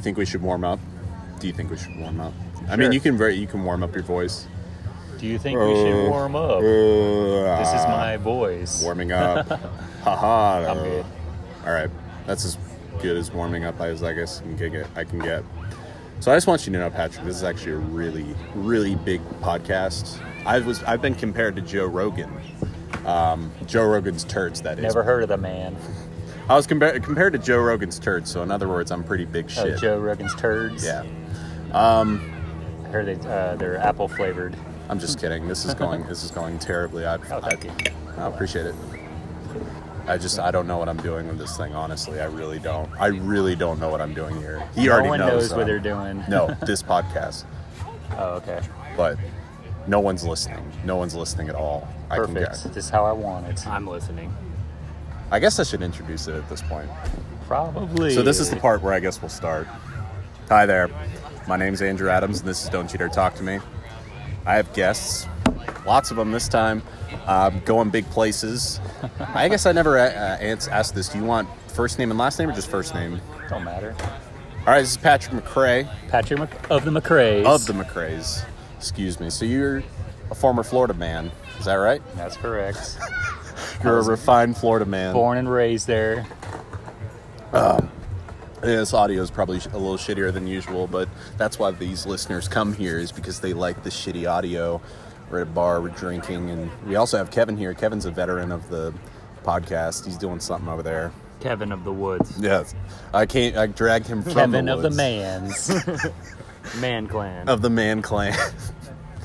think we should warm up? Do you think we should warm up? I Sure. mean, you can very you can warm up your voice. Do you think we should warm up? This is my voice. warming ah, up. Haha. I'm good. All right, that's as good as warming up as I guess I can get. I can get. So I just want you to know, Patrick, this is actually a really, really big podcast. I was I've been compared to Joe Rogan. Um, Joe Rogan's turds, that is. Never heard of the man. I was compared compared to Joe Rogan's turds. So in other words, I'm pretty big Oh, shit. Joe Rogan's turds. Yeah. I heard they uh, they're apple flavored. I'm just kidding. This is going. this is going terribly. I, Oh, thank you. I, I appreciate it. I just I don't know what I'm doing with this thing. Honestly, I really don't. I really don't know what I'm doing here. He no already one knows. knows, what though. they're doing. no, this podcast, Oh, okay. but no one's listening. No one's listening at all. I can Perfect. guess. This is how I want it. I'm listening. I guess I should introduce it at this point. Probably. So this is the part where I guess we'll start. Hi there. My name's Andrew Adams, and this is Don't Cheat or Talk to Me. I have guests, lots of them this time, um, going big places. I guess I never uh, uh, ans- asked this. Do you want first name and last name, or just first name? Don't matter. All right, this is Patrick McRae Patrick Mc- of the McRae's. of the McRaes. Excuse me. So you're a former Florida man, is that right? That's correct. You're a refined Florida man. Born and raised there. This audio is probably sh- a little shittier than usual, but that's why these listeners come here is because they like the shitty audio. We're at a bar, we're drinking, and we also have Kevin here. Kevin's a veteran of the podcast. He's doing something over there. Kevin of the Woods, Yes, I can't. I dragged him from Kevin the of the woods. Mans. Man Clan. of the man clan.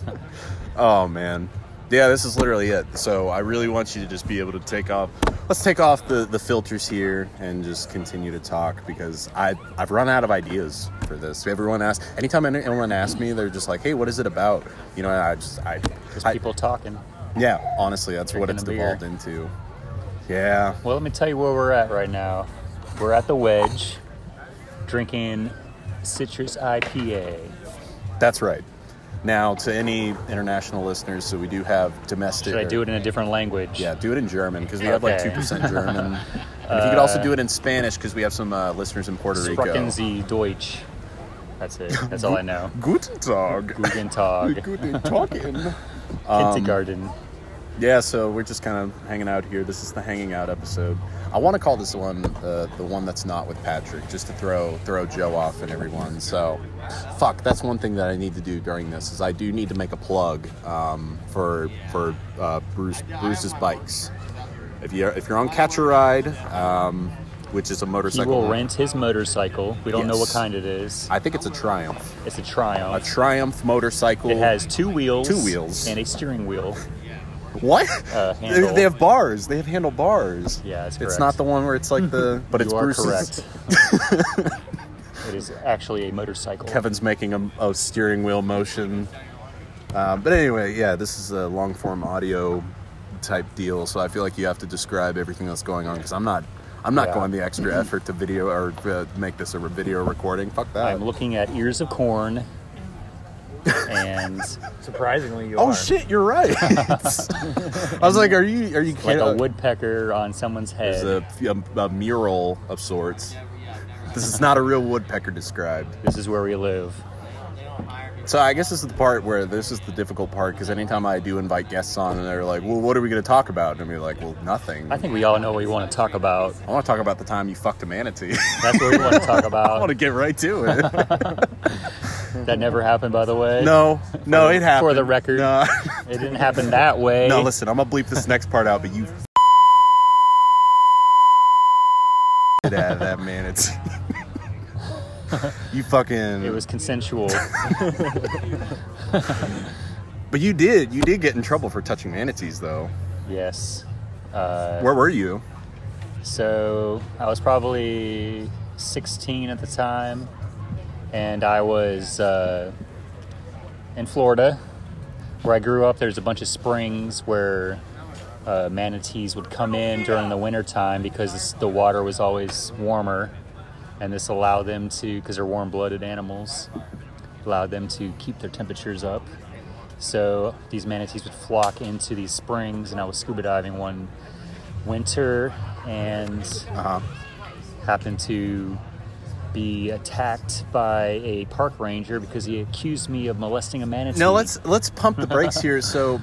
oh man. Yeah, this is literally it. So I really want you to just be able to take off. Let's take off the, the filters here and just continue to talk because I I've run out of ideas for this. Everyone asks anytime anyone asks me, they're just like, "Hey, what is it about?" You know, I just I, Just I- people talking. yeah, honestly, that's what Drinking it's a beer. devolved into. Yeah, Well, let me tell you where we're at right now. We're at the Wedge, drinking citrus IPA. that's right. Now to any international listeners, so we do have domestic. Should I or- do it in a different language? Yeah, do it in German because we have like Okay. two percent German. And if you could also do it in Spanish because we have some uh, listeners in Puerto Rico. Sprechen Sie Deutsch. That's it. That's all I know. Guten Tag. Guten Tag. Guten Tag. Kindergarten. Um, yeah, so we're just kind of hanging out here. This is the hanging out episode. I want to call this one uh, the one that's not with Patrick, just to throw throw Joe off and everyone. So, fuck, that's one thing that I need to do during this is I do need to make a plug um, for for uh, Bruce Bruce's bikes. If you are if you're on Catch a Ride, um, which is a He motorcycle, will rent his motorcycle. We don't know what Yes. kind it is. I think it's a Triumph. It's a A Triumph. Triumph motorcycle. It has two wheels. Two wheels. And a steering wheel. what? uh, They- handle. They have bars. They have handlebars. Yeah, that's It's correct. not the one where it's like the. But it's you are Bruce's. correct. it is actually a motorcycle. Kevin's making a, a steering wheel motion. Uh, but anyway, yeah, this is a long form audio type deal, so I feel like you have to describe everything that's going on because I'm not. I'm not Yeah. going the extra effort to video or uh, make this a re- video recording. Fuck that. I'm looking at ears of corn. And Surprisingly, you oh are. shit, you're right. I was like, are you are you like kidding? a woodpecker on someone's head. There's a, a, a mural of sorts. This is not a real woodpecker described. this is where we live. So I guess this is the part where this is the difficult part because anytime I do invite guests on and they're like, "Well, what are we going to talk about?" and I'm like, "Well, nothing. I think we all know what we want to talk about. I want to talk about the time you fucked a manatee. That's what we want to talk I want about. to get right to it." That never happened, by the way. no, no, it happened. For the record, no, it didn't happen that way. no. Listen, I'm gonna bleep this next part out, but you. f- it out of that manatee. you fucking. It was consensual. But you did. You did get in trouble for touching manatees, though. yes. Uh, Where were you? so I was probably 16 at the time, and I was uh, in Florida, where I grew up. There's a bunch of springs where uh, manatees would come in during the winter time because this, the water was always warmer, and this allowed them to, because they're warm-blooded animals, allowed them to keep their temperatures up. So these manatees would flock into these springs, and I was scuba diving one winter and Uh huh. happened to be attacked by a park ranger because he accused me of molesting a manatee. Now let's let's pump the brakes here. So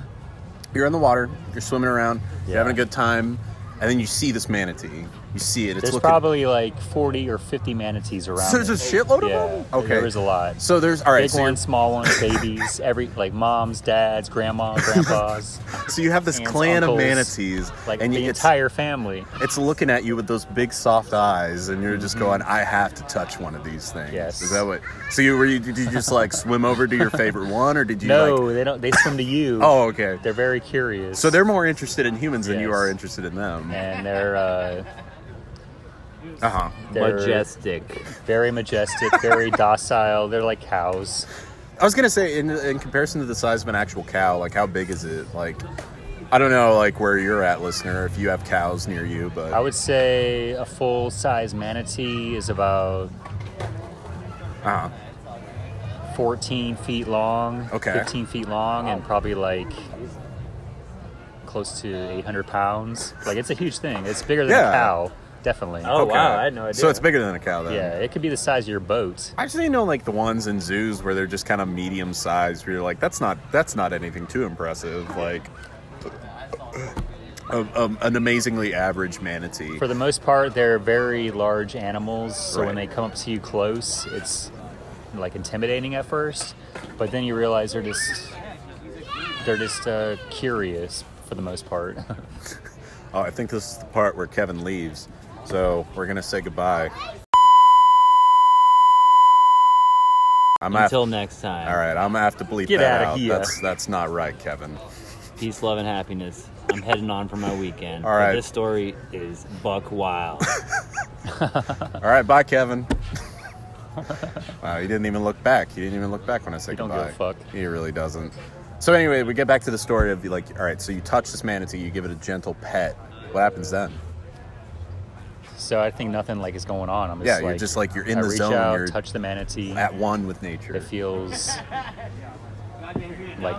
you're in the water, you're swimming around, you're Yeah. having a good time, and then you see this manatee. You see it. It's There's looking. probably like 40 or 50 manatees around. so there's a it. shitload of yeah, them. Okay. There is a lot. so there's all right. Big so, you're- ones, small ones, babies, every like moms, dads, grandma, grandpas, so you have this aunts, clan uncles, of manatees, like and the you, it's, entire family. it's looking at you with those big soft eyes, and you're just going, "I have to touch one of these things." Mm-hmm. Yes. Is that what? So you were you did you just like swim over to your favorite one, or did you No, like? they don't. They swim to you. Oh, okay. they're very curious. So they're more interested in humans than you Yes. are interested in them. and they're uh, Uh huh. they're Majestic. very majestic, very docile. They're like cows. I was gonna say, in, in comparison to the size of an actual cow, like how big is it? Like, I don't know, like where you're at, listener, if you have cows near you, but Oh. I would say a full size manatee is about uh-huh. 14 feet long, Okay. 15 feet long, and probably like close to 800 pounds. Like it's a huge thing. It's bigger than Yeah. a cow, definitely. Oh, wow, I had no idea. So it's bigger than a cow, then. Yeah, it could be the size of your boat. I just didn't know like the ones in zoos where they're just kind of medium sized. Where you're like, that's not that's not anything too impressive. Like, a, a- an amazingly average manatee. For the most part, they're very large animals, so when they Right. come up to you close, it's like intimidating at first, but then you realize they're just they're just uh, curious for the most part. Oh, I think this is the part where Kevin leaves. So we're gonna say goodbye. I'm gonna have- Until next time. All right, I'm gonna have to bleep Get that outta out. here. That's that's not right, Kevin. Peace, love, and happiness. I'm heading on for my weekend. All But right. This story is buck wild. All right, bye, Kevin. wow, he didn't even look back. He didn't even look back when I said He don't goodbye. give a fuck. He really doesn't. So anyway, we get back to the story of like, all right, so you touch this manatee, you give it a gentle pet. What happens then? so I think nothing like is going on. I'm just Yeah, like, you're just like you're in I the reach zone. out, you're touch the manatee. at one with nature. It feels like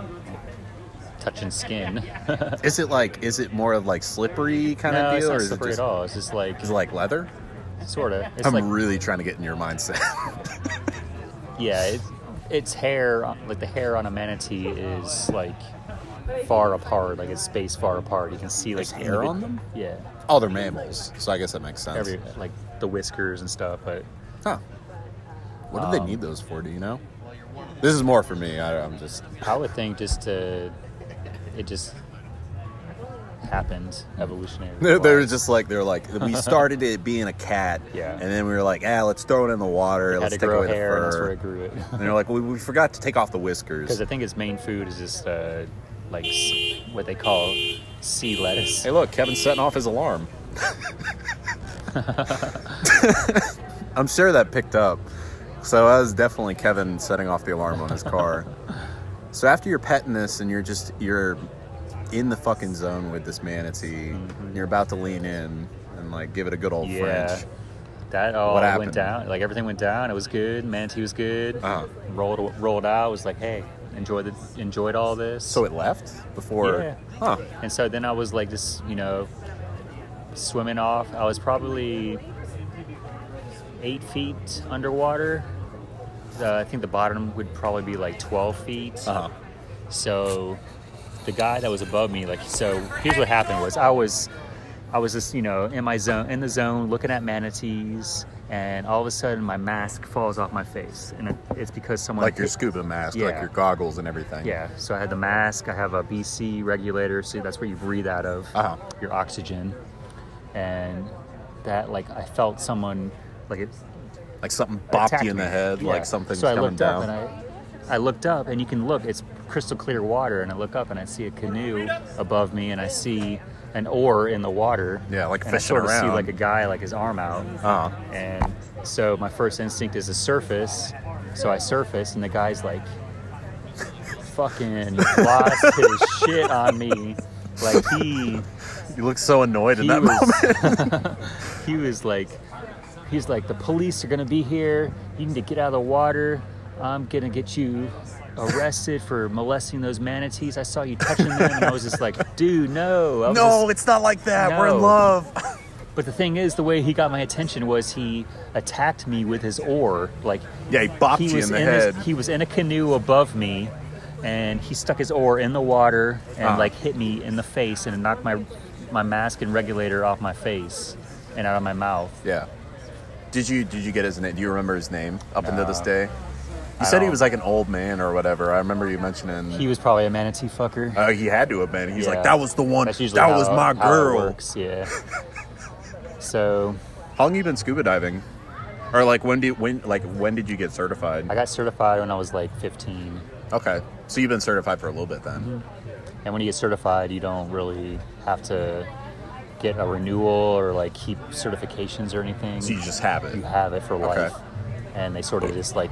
touching skin. Is it like? Is it more of like slippery kind no, of deal, it's or not is slippery it just at all. It's just like is it like leather? sort of. It's I'm like really trying to get in your mindset. yeah, it, its hair, like the hair on a manatee, is like far apart. Like it's spaced far apart. You can see like There's hair individ- on them? Yeah, oh, they're mammals, so I guess that makes sense. every like the whiskers and stuff. But Huh. What do they Um, need those for? Do you know? This is more for me. I, I'm just. I would think just to it just happened evolutionary. They were wise. just like they were like we started it being a cat, Yeah. and then we were like, ah, let's throw it in the water, had let's to take grow away hair, and the that's fur. where it grew it. and they're like, we, we forgot to take off the Because whiskers. I think its main food is just uh, like s- what they call sea lettuce. Hey, look, Kevin's setting off his alarm. I'm sure that picked up. So that was definitely Kevin setting off the alarm on his car. so after you're petting this and you're just you're in the fucking zone with this manatee, and you're about to lean in and like give it a good old Mm-hmm. Yeah, French. that all What happened? went down. Like everything went down. It was good. Manatee was good. Uh-huh. Rolled rolled out. Was like, hey, enjoy the enjoyed all this. So it left before. Yeah. Huh. and so then I was like, just you know, swimming off. I was probably eight feet underwater. Uh, I think the bottom would probably be like twelve feet. Uh huh. so the guy that was above me like so here's what happened was i was i was just you know in my zone in the zone looking at manatees and all of a sudden my mask falls off my face and it, it's because someone Like your hit- scuba mask, like Yeah. your goggles and everything. yeah so i had the mask i have a bc regulator so that's where you breathe out of Uh-huh. your oxygen and that like i felt someone like it Like something bopped attacked you in the me. head, Yeah. like something's so I coming looked down. Up and I, I looked up, and you can look. It's crystal clear water, and I look up and I see a canoe above me, and I see an oar in the water. Yeah, like and I fishing sort of see around. like a guy, like his arm out. uh huh. And so my first instinct is to surface. So I surface, and the guy's like, fucking lost his shit on me. Like he You look so annoyed in he that moment. was, he was like, he's like, the police are gonna be here. You need to get out of the water. I'm gonna get you arrested for molesting those manatees. I saw you touching them, and I was just like, dude, no. I was No, just- it's not like that. We're in No. love. but But the thing is, the way he got my attention was he attacked me with his oar. Like Yeah, he bopped you was in the his- head. he was in a canoe above me, and he stuck his oar in the water and Ah. like hit me in the face and knocked my my mask and regulator off my face and out of my mouth. Yeah. Did you did you get his name? Do you remember his name up until this day? You I said he don't. was like an old man or whatever. I remember you mentioning. He was probably a manatee fucker. uh, he had to have been. He's Yeah. like, that was the one. That's That usually how- was my how it girl. works, yeah. so How long you been scuba diving? Or like when do when like when did you get certified? I got certified when I was like 15. Okay, so you've been certified for a little bit then. And when you get certified, you don't really have to get a renewal or like keep certifications or anything. So you just have it. You have it for life. And they sort of just like,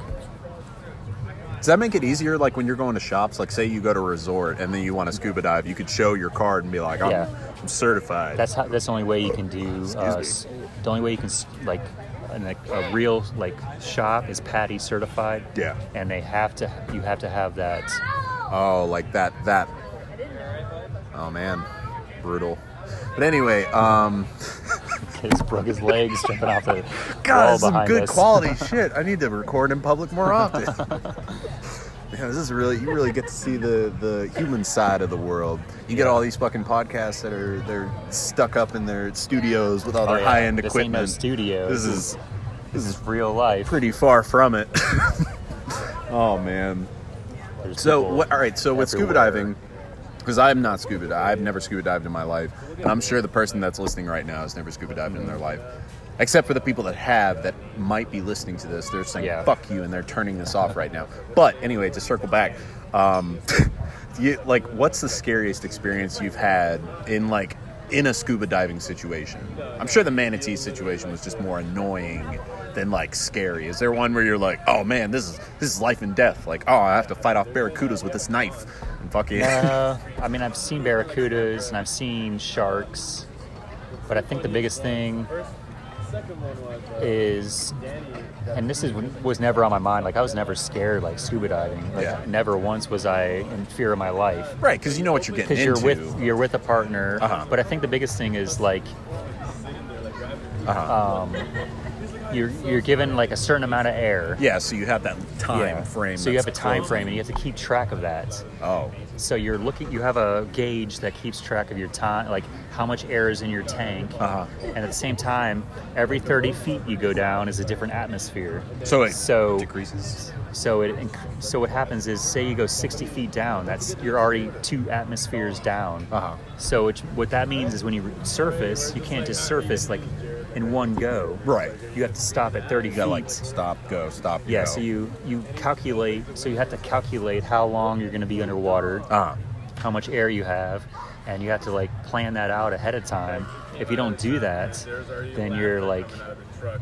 Does that make it easier? Like when you're going to shops, like say you go to a resort and then you want to scuba dive, you could show your card and be like, I'm, Yeah. I'm certified. that's how, that's the only way you can do, uh, Excuse s- the only way you can s- like, in a, a real like shop is patty certified. Yeah. And they have to, you have to have that. oh, like that that. Oh man, brutal. But anyway, um, His broke his legs jumping off the God, wall this is some behind good us. quality shit. I need to record in public more often. Man, this is really you really get to see the the human side of the world. You get all these fucking podcasts that are they're stuck up in their studios with all Oh, their yeah. high end This ain't equipment. no studio. This is this is real life. pretty far from it. oh man. There's So people what, all right. So with scuba everywhere. diving, because I'm not scuba. di- I've never scuba dived in my life, and I'm sure the person that's listening right now has never scuba dived in their life, except for the people that have that might be listening to this. They're saying Yeah. "fuck you" and they're turning this off right now. But anyway, to circle back, um, you, like, what's the scariest experience you've had in like in a scuba diving situation? I'm sure the manatee situation was just more annoying than like scary. Is there one where you're like, oh man, this is this is life and death? Like, oh, I have to fight off barracudas with this knife and fucking. Uh, I mean, I've seen barracudas and I've seen sharks, but I think the biggest thing is, and this is was never on my mind. Like I was never scared like scuba diving. Like Yeah. never once was I in fear of my life Right, because you know what you're getting because into. you're with you're with a partner. Uh-huh. But I think the biggest thing is like, Uh-huh. um, you're you're given like a certain amount of air. yeah, so you have that time Yeah. frame. So you that's have a time closing. frame, and you have to keep track of that. Oh, So you're looking. You have a gauge that keeps track of your time, like how much air is in your tank, Uh-huh. and at the same time, every 30 feet you go down is a different atmosphere. so it So- decreases. So it inc- so what happens is, say you go 60 feet down, that's you're already two atmospheres down. Uh-huh. So it, what that means is when you re- surface, you can't just surface like in one go. Right. You have to stop at 30 You feet. gotta like stop, go, stop. yeah. go. So you you calculate. So you have to calculate how long you're going to be underwater Uh, how much air you have, and you have to like plan that out ahead of time. If you don't do that, then you're like,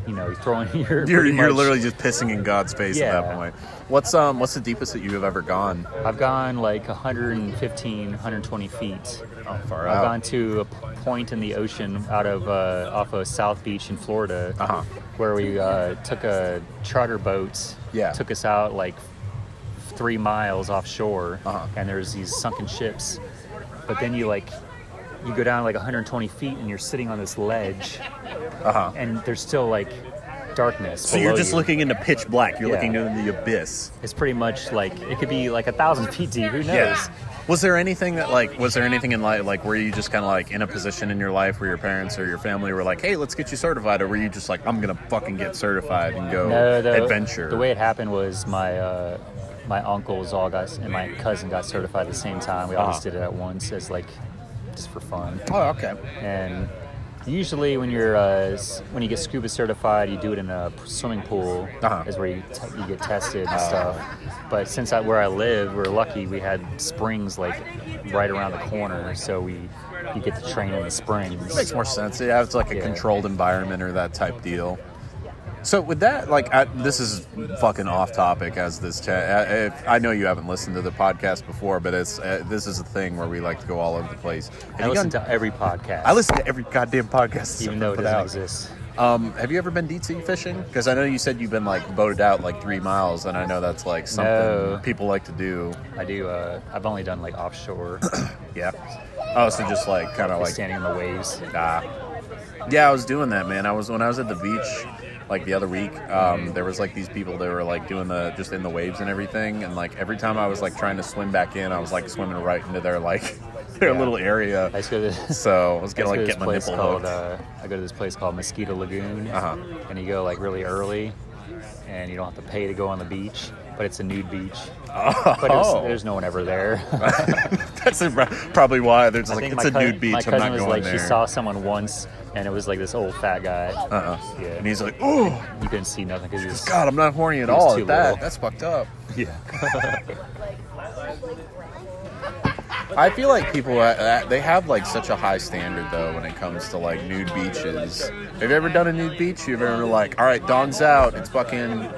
you know, you're throwing you're your. pretty you're much- literally just pissing in God's face at that Yeah. point. What's um What's the deepest that you have ever gone? I've gone like 115, 120 feet. Oh, far I've out. gone to a p- point in the ocean out of uh, off of South Beach in Florida, Uh-huh. where we uh, took a charter boat. Yeah. Took us out like three miles offshore, Uh-huh. and there's these sunken ships. But then you like you go down like 120 feet, and you're sitting on this ledge, Uh-huh. and there's still like darkness. So you're below just you. looking into pitch black. You're Yeah. looking into the abyss. It's pretty much like it could be like a thousand feet deep. Who knows? Was there anything that like was there anything in life like were you just kind of like in a position in your life where your parents or your family were like, "Hey, let's get you certified," or were you just like, "I'm gonna fucking get certified and go No, the, adventure"? The way it happened was my uh, my uncles all got and my cousin got certified at the same time. We all just Uh-huh. did it at once as like just for fun. oh, okay. And usually when you're uh, s- when you get scuba certified, you do it in a p- swimming pool. Uh-huh. Ah. Is where you, t- you get tested and stuff. But since I, where I live, we're lucky we had springs like right around the corner, so we you get to train in the springs. Makes more sense. Yeah, it's like a Yeah. controlled environment or that type deal. So with that, like I, this is fucking off topic as this chat. I, if, I know you haven't listened to the podcast before, but it's uh, this is a thing where we like to go all over the place. Have I you listen gone- to every podcast. I listen to every goddamn podcast, even someone though it put doesn't out. exist. Um, have you ever been DT fishing? Because I know you said you've been like boated out like three miles, and I know that's like something No. people like to do. I do. Uh, I've only done like offshore, Yeah. Oh, so just like kind of like like standing in the waves. ah. Yeah, I was doing that, man. I was when I was at the beach, like the other week. Um, there was like these people that were like doing the just in the waves and everything, and like every time I was like trying to swim back in, I was like swimming right into their like their Yeah. little area. I used to go to this, So I was I used gonna to go to like this get my place nipple called hooked. uh, I go to this place called Mosquito Lagoon, Uh-huh. and you go like really early, and you don't have to pay to go on the beach, but it's a nude beach. But it was- Oh. there's no one ever there. That's a- probably why they're just like it's a cou- nude uh, My beach. I'm cousin not was going like, there. she saw someone once, and it was like this old fat guy. uh-uh. Yeah. And he's like, oh You couldn't see nothing because he was. God, I'm not horny at He was all too at that. little. That's fucked up. Yeah. I feel like people uh, uh, they have like such a high standard though when it comes to like nude beaches. Have you ever done a nude beach? You've ever like, all right, dong's out. It's fucking. I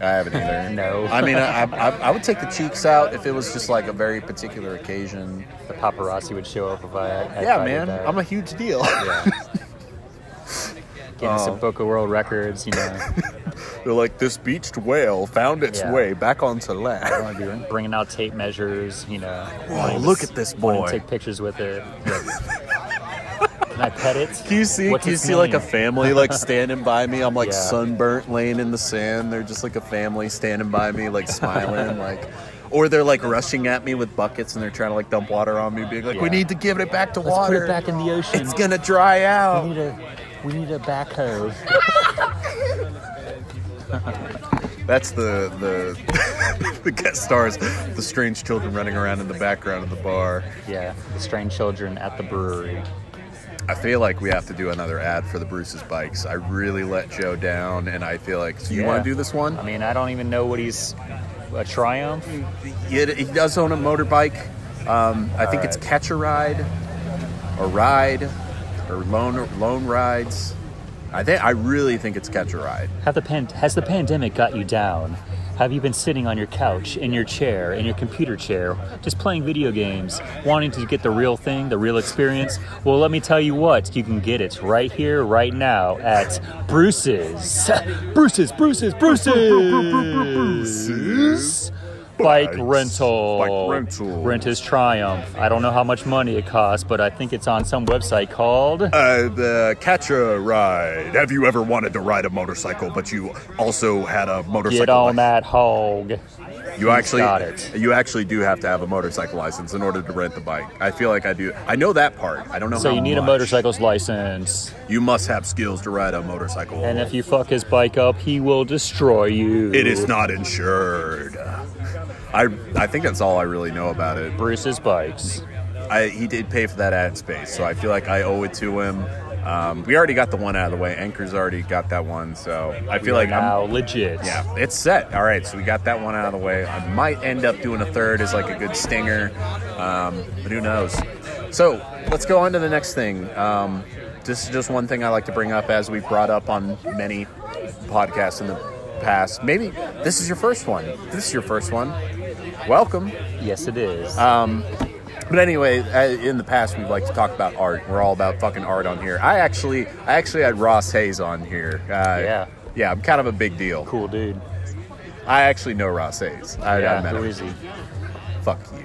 haven't either. No. I mean, I, I, I would take the cheeks out if it was just like a very particular occasion. The paparazzi would show up if I. if I Yeah, did man, that. I'm a huge deal. uh, Yeah. Guinness Oh. and Book of World Records, you know. They're like this beached whale found its Yeah. way back onto land. wanna be bringing out tape measures, you know. Whoa, wanting to look s- at this wanting boy. to Take pictures with it. Like, Can I pet it? Can you see? What's can you its see like a name? family like standing by me? I'm like Yeah. sunburnt, laying in the sand. They're just like a family standing by me, like smiling, like. Or they're like rushing at me with buckets and they're trying to like dump water on me, being like, "We Yeah. need to give it back to Let's water. put it back in the ocean. it's gonna dry we out." need a we need a backhoe. That's the the the guest stars, the strange children running around in the background of the bar. yeah, the strange children at the brewery. I feel like we have to do another ad for the Bruce's bikes. I really let Joe down, and I feel like so you Yeah. want to do this one? I mean, I don't even know what he's a triumph. He, he does own a motorbike. Um, I think it's right. catch a ride, or ride, or loan loan rides. I think I really think it's catch a ride. Have the pan- has the pandemic got you down? Have you been sitting on your couch, in your chair, in your computer chair, just playing video games, wanting to get the real thing, the real experience? Well, let me tell you what, you can get it right here, right now at Bruce's. Bruce's, Bruce's, Bruce's. Bike Bikes. rental. Bike rental. Rent is Triumph. I don't know how much money it costs, but I think it's on some website called. Uh, the catch a ride. Have you ever wanted to ride a motorcycle, but you also had a motorcycle? Get on that hog. You actually, got it. you actually do have to have a motorcycle license in order to rent the bike. I feel like I do. I know that part. I don't know. So how you need a much. motorcycle's license. You must have skills to ride a motorcycle. And if you fuck his bike up, he will destroy you. It is not insured. I I think that's all I really know about it. Bruce's bikes. I, he did pay for that ad space, so I feel like I owe it to him. Um, we already got the one out of the way. Anchor's already got that one, so I feel We are like I'm, now legit. yeah, it's set. All right, so we got that one out of the way. I might end up doing a third as like a good stinger, um, but who knows? So let's go on to the next thing. Um, this is just one thing I like to bring up, as we've brought up on many podcasts in the past. Maybe this is your first one. This is your first one. Welcome. Yes, it is. Ah. But anyway, uh, in the past we've liked to talk about art. We're all about fucking art on here. I actually, I actually had Ross Hayes on here. Uh, Yeah. yeah, I'm kind of a big deal. cool dude. I actually know Ross Hayes. I, I yeah, met who him. is he? Fuck you.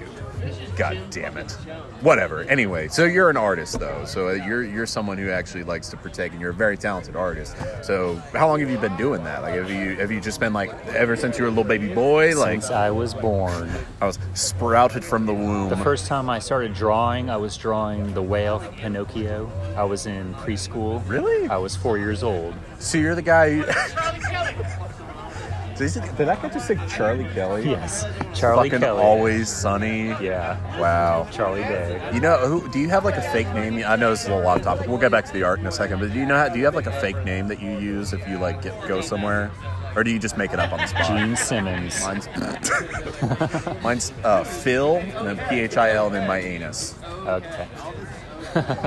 God damn it. Whatever. Anyway, so you're an artist though. So uh, you're you're someone who actually likes to partake, and you're a very talented artist. So how long have you been doing that? Like, have you have you just been like ever since you were a little baby boy? Like Since I was born. I was sprouted from the womb. The first time I started drawing, I was drawing the whale from Pinocchio. I was in preschool. Really? I was four years old. so you're the guy. Who- Did did that guy just say Charlie Kelly? Yes. Charlie Fucking Kelly. always sunny. Yeah. Wow. Charlie Day. You know, who, do you have like a fake name? I know this is a lot of topic. We'll get back to the art in a second, but do you know how, do you have like a fake name that you use if you like get, go somewhere, or do you just make it up on the spot? Gene Simmons. Mine's mine's uh, Phil and then P H I L and then my anus. Okay.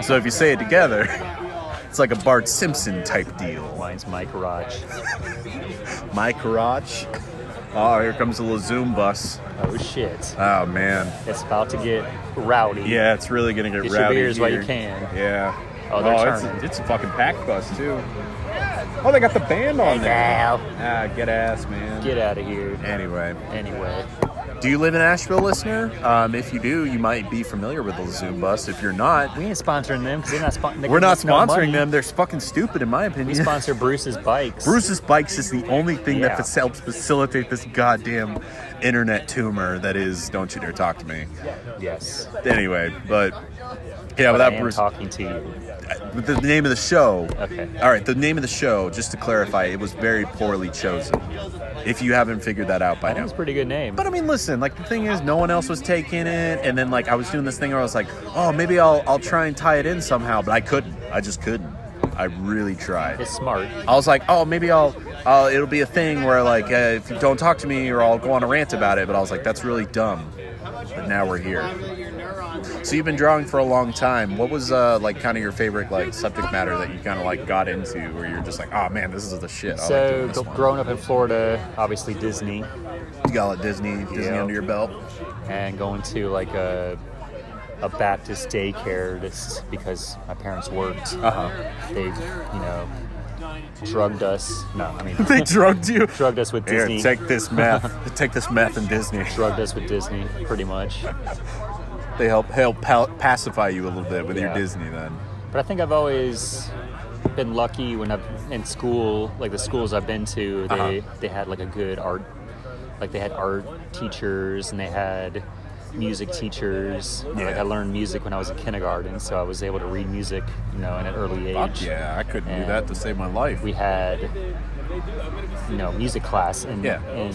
So if you say it together, it's like a Bart Simpson type deal. Mine's Mike Roch. My crotch. Oh, here comes a little Zoom bus. Oh shit. Oh man, It's about to get rowdy. yeah, it's really gonna get Get your rowdy beers while you here. can. Yeah. Oh, they're it's, turning. it's a fucking pack bus too. Oh, they got the band on Hey, there. Ah, get ass, man. Get out of here. anyway, Anyway, Do you live in Asheville, listener? Um, if you do, you might be familiar with the Zoom bus. If you're not, We ain't sponsoring them because they're not sponsoring. we're not sponsoring them. They're fucking stupid, in my We opinion. sponsor Bruce's bikes. Bruce's Bikes is the only thing Yeah. that fac- helps facilitate this goddamn internet tumor that is Don't You Dare Talk to Me. Yes. Anyway, but yeah, But I without am Bruce, talking to you. with the name of the show. Okay. All right, the name of the show, just to clarify, it was very poorly chosen. If you haven't figured that out by That now. was a pretty good name. But I mean, listen. Like the thing is, no one else was taking it, and then like I was doing this thing where I was like, "Oh, maybe I'll I'll try and tie it in somehow," but I couldn't. I just couldn't. I really tried. It's smart. I was like, "Oh, maybe I'll uh, it'll be a thing where like uh, if you don't talk to me, or I'll go on a rant about it." But I was like, "That's really dumb." But now we're here. So you've been drawing for a long time. What was uh, like kind of your favorite like subject matter that you kind of like got into, where you're just like, "Oh man, this is the shit." I like doing So this one." growing up in Florida, obviously Disney, you got like, Disney, Disney Yeah. under your belt. and going to like a a Baptist daycare just because my parents worked. Uh huh. They, you know, drugged us. No, I mean they drugged you. drugged us with Here, Disney. take this meth. take this meth and Disney. drugged us with Disney, pretty much. They help help pa- pacify you a little bit with your Yeah. Disney. Then But I think I've always been lucky when I've in school, like the schools I've been to, they Uh-huh. they had like a good art, like they had art teachers and they had music teachers. Like Yeah. I learned music when I was in kindergarten, so I was able to read music, you know, at an early age. Fuck yeah, I couldn't do And that to save my life. We had, you know, music class in Yeah. in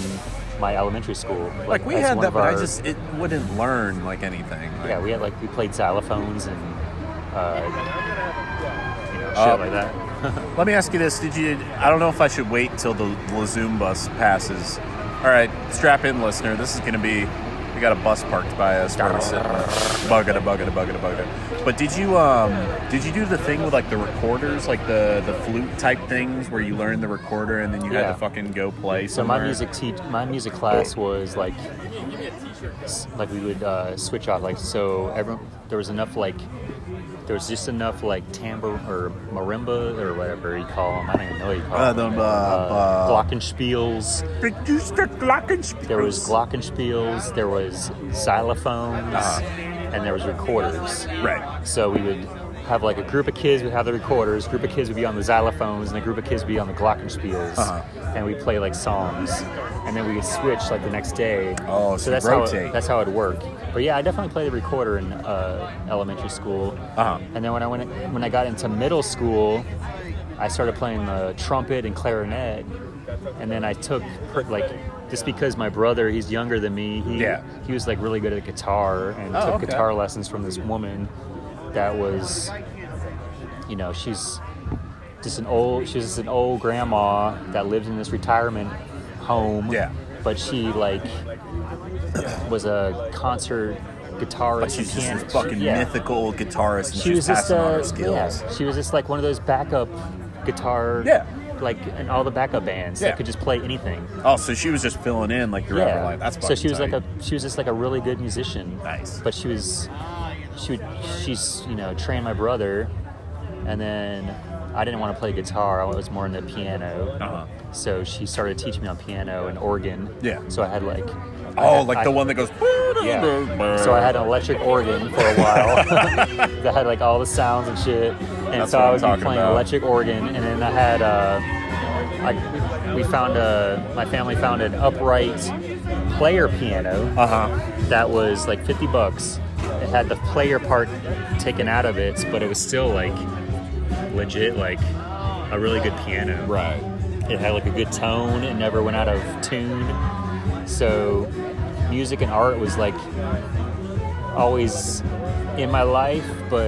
my elementary school. like we as had one that, of but I our- just it wouldn't learn like anything. Like, yeah, we had like we played xylophones and uh, you know shit Uh, like that. Let me ask you this: Did you? I don't know if I should wait till the Lazoom bus passes. All right, strap in, listener. This is going to be. We got a bus parked by us. Where we're sitting. Bugger, bugger, bugger, bugger. But did you um did you do the thing with like the recorders, like the the flute type things, where you learn the recorder and then you had Yeah. to fucking go play? So my somewhere? music te- my music class was like s- like we would uh, switch off like so everyone there was enough like there was just enough like tambour or marimba or whatever you call them I don't even know what you call Uh, the, them uh, uh, glockenspiels Produced the glockenspiels. there was glockenspiels there was xylophones Uh-huh. and there was recorders Right. So we would have like a group of kids would have the recorders, group of kids would be on the xylophones, and a group of kids would be on the glockenspiels, Uh-huh. and we play like songs, and then we would switch like the next day. Oh, so that's how rotate. it, that's how it worked. But yeah, I definitely played the recorder in uh, elementary school, Uh-huh. and then when I went when I got into middle school, I started playing the trumpet and clarinet, and then I took per, like. Just because my brother, he's younger than me, he, Yeah. he was like really good at guitar and Oh, took okay. guitar lessons from this woman that was you know she's just an old she's just an old grandma that lived in this retirement home Yeah. but she like was a concert guitarist But she's and just pianist this fucking yeah. mythical guitarist, and she was she's just passing on her uh, skills. yeah, she was just like one of those backup guitar Yeah. like and all the backup bands Yeah. that could just play anything Oh, so she was just filling in like throughout her life. That's so fucking she was tight. like a she was just like a really good musician. Nice. But she was she would she's you know trained my brother, and then I didn't want to play guitar. I was more into piano. Uh-huh. So she started teaching me on piano and organ. Yeah. So I had like I Oh, had- like I- the one that goes. yeah. So I had an electric organ for a while that had like all the sounds and shit. And That's so what I'm I would be talking playing about. electric organ, and then I had uh, I, we found a my family found an upright player piano Uh huh. that was like 50 bucks. It had the player part taken out of it, but it was still like legit, like a really good piano. Right. It had like a good tone. It never went out of tune. So, music and art was like always in my life, but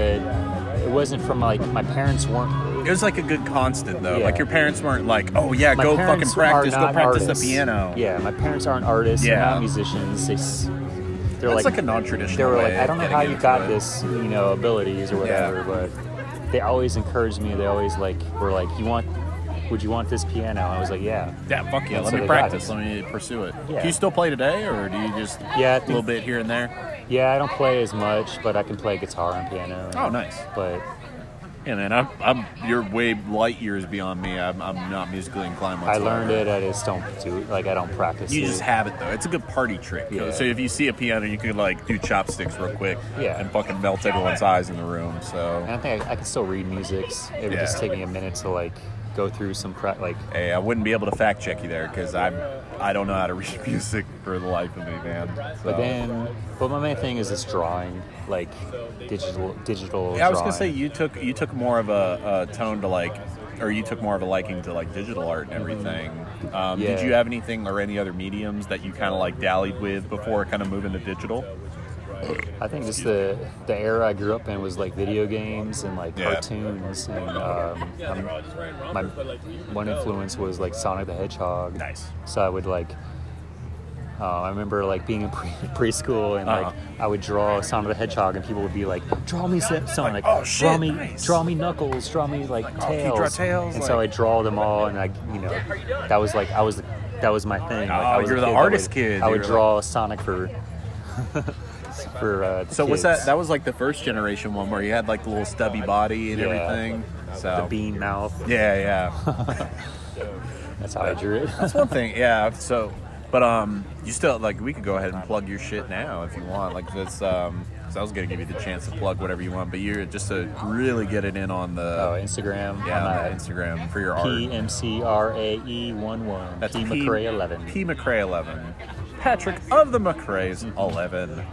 it wasn't from like my parents weren't. It was like a good constant though. Yeah. Like your parents weren't like, oh yeah, My go fucking parents are practice, go not practice artists. the piano. Yeah, my parents aren't artists. Yeah. They're not musicians. They, s- they're That's like, like a non-traditional. they were like, way I don't know of how getting you into got it. this, you know, abilities or whatever, Yeah. but they always encouraged me. They always like were like, you want, would you want this piano? And I was like, yeah, Yeah, fuck yeah. Let That's me how they got practice. it. Let me pursue it. Yeah. Do you still play today, or do you just Yeah, I a think- little bit here and there? yeah. I don't play as much, but I can play guitar and piano. and- Oh, nice. But Yeah, man, I'm, I'm you're way light years beyond me. I'm, I'm not musically inclined. I Whatsoever. learned it. I just don't do it. Like I don't practice. You it. just have it though. It's a good party trick. though. Yeah. So if you see a piano, you could like do chopsticks real quick. Yeah. And fucking melt everyone's eyes in the room. And So I think I, I can still read music. It would Yeah. just take me a minute to like go through some pra- like. hey, I wouldn't be able to fact check you there because I'm I don't know how to read music for the life of me, man. So. But then, but my main thing is this drawing, like digital digital. Yeah, I was gonna say drawing. you took you took more of a, a tone to like, or you took more of a liking to like digital art and everything. Um, Did Yeah. you have anything or any other mediums that you kind of like dallied with before kind of moving to digital? I think just the the era I grew up in was like video games and like Yeah. cartoons and um, I'm- my one influence was like Sonic the Hedgehog. Nice. So I would like. Uh, I remember like being in pre- preschool and Uh-huh. like I would draw Sonic the Hedgehog and people would be like, "Draw me Sa- Sonic, "Oh, draw shit, me, nice." draw me Knuckles, draw me like, "Oh, can you tails. draw Tails?" And so I Like- draw them all and I, you know, that was like I was that was my thing. Like, I Oh, was a you're the kid that artist would- kid. I You would were draw Sonic for for uh, the So was kids. that? That was like the first generation one where you had like the little stubby body and Yeah. everything. So the bean mouth. yeah, yeah, That's how I drew it. that's one thing. Yeah, so but um, you still like we could go ahead and plug your shit now if you want. Like this um. 'cause I was gonna give you the chance to plug whatever you want, but you're just to really get it in on the oh, Instagram. Yeah, on I'm at Instagram for your P art. M C R A E one one. That's P McRae eleven. P McRae eleven. Patrick of the McRae's eleven.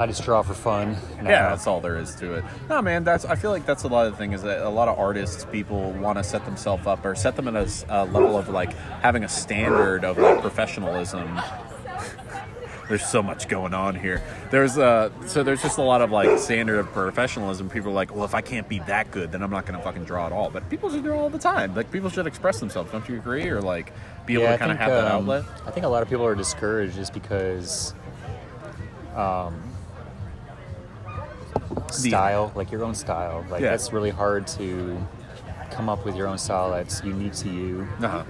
I just draw for fun. now. Yeah, that's all there is to it. No, man, that's. I feel like that's a lot of the thing is that a lot of artists, people want to set themselves up or set them at a s- a level of like having a standard of like professionalism. There's so much going on here. There's uh, so there's just a lot of like standard of professionalism. People are like, well, if I can't be that good, then I'm not gonna fucking draw at all. But people should draw all the time. Like people should express themselves. Don't you agree? Or like be able Yeah, to kind of have that um, outlet. I think a lot of people are discouraged just because um, style, like your own style, like Yeah. that's really hard to come up with your own style that's unique to you Uh-huh.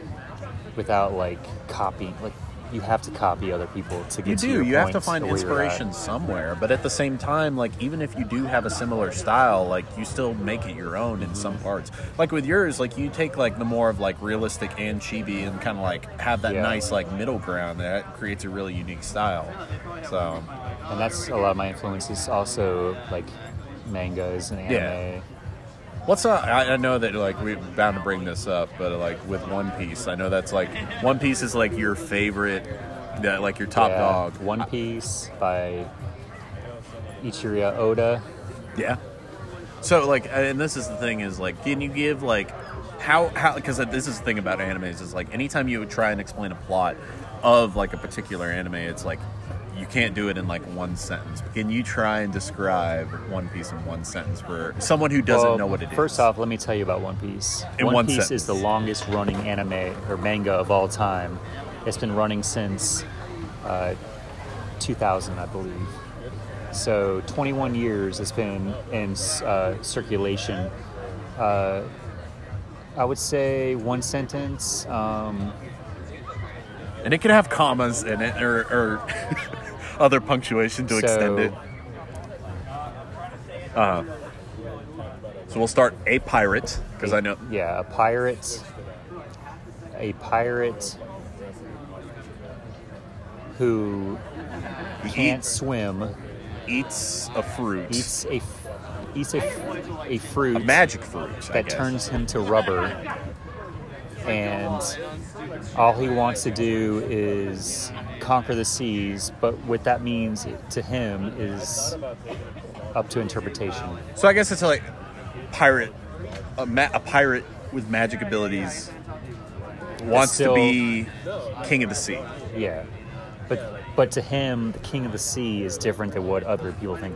without like copying. Like you have to copy other people to get You to do. your You have to point find or where you're at. inspiration somewhere, but at the same time, like even if you do have a similar style, like you still make it your own in some parts. Like with yours, like you take like the more of like realistic and chibi and kind of like have that Yeah. nice like middle ground that creates a really unique style. So and that's a lot of my influences also like mangas and Yeah. anime What's up? I, I know that like we're bound to bring this up, but like with One Piece, I know that's like One Piece is like your favorite, that like your top Yeah. dog. one piece by ichiria oda Yeah. So like, and this is the thing is like, can you give like how how because this is the thing about animes is like anytime you would try and explain a plot of like a particular anime, it's like you can't do it in like one sentence. Can you try and describe One Piece in one sentence for someone who doesn't Well, know what it is? first off let me tell you about one piece In one, one piece sentence. is the longest running anime or manga of all time it's been running since uh, 2000 i believe so 21 years it's been in uh, circulation uh, i would say one sentence um, and it can have commas in it or, or other punctuation to extend So- it. Uh, so we'll start a pirate because I know Yeah, a pirate. A pirate who can't swim eats a fruit. eats a f- eats a, f- a fruit a magic fruit I that guess. turns him to rubber, and all he wants to do is conquer the seas. But what that means to him is up to interpretation. So I guess it's like pirate, a, ma- a pirate with magic abilities wants to still- be king of the sea. Yeah. But but to him, the king of the sea is different than what other people think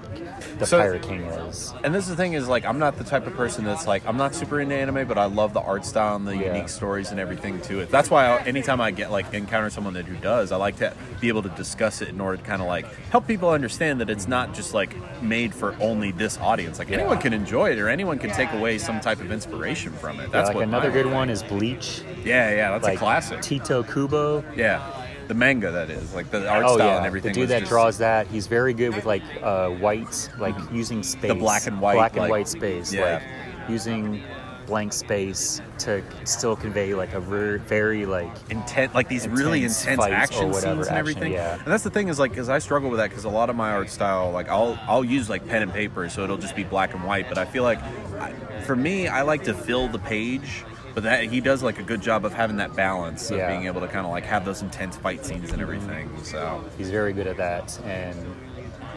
the So- pirate king is. And this is the thing is like I'm not the type of person that's like I'm not super into anime, but I love the art style and the Yeah. unique stories and everything to it. That's why I, anytime I get like encounter someone that who does, I like to be able to discuss it in order to kind of like help people understand that it's not just like made for only this audience. Like anyone can enjoy it, or anyone can take away some type of inspiration from it. Yeah, That's like what another my- good one is Bleach. Yeah, yeah, that's like a classic. Tito Kubo. Yeah, the manga that is like the art oh style yeah, and everything. the dude was that just- draws that, he's very good with like uh, white, like using space, black and white, black and like- white space. yeah. Like using blank space to still convey like a ver- very like intent like these really Intense intense fights or action scenes whatever and action, everything yeah. and that's the thing is like because i struggle with that because a lot of my art style like i'll i'll use like pen and paper so it'll just be black and white but i feel like I, for me i like to fill the page but that he does like a good job of having that balance of Yeah. being able to kind of like have those intense fight scenes and everything so he's very good at that and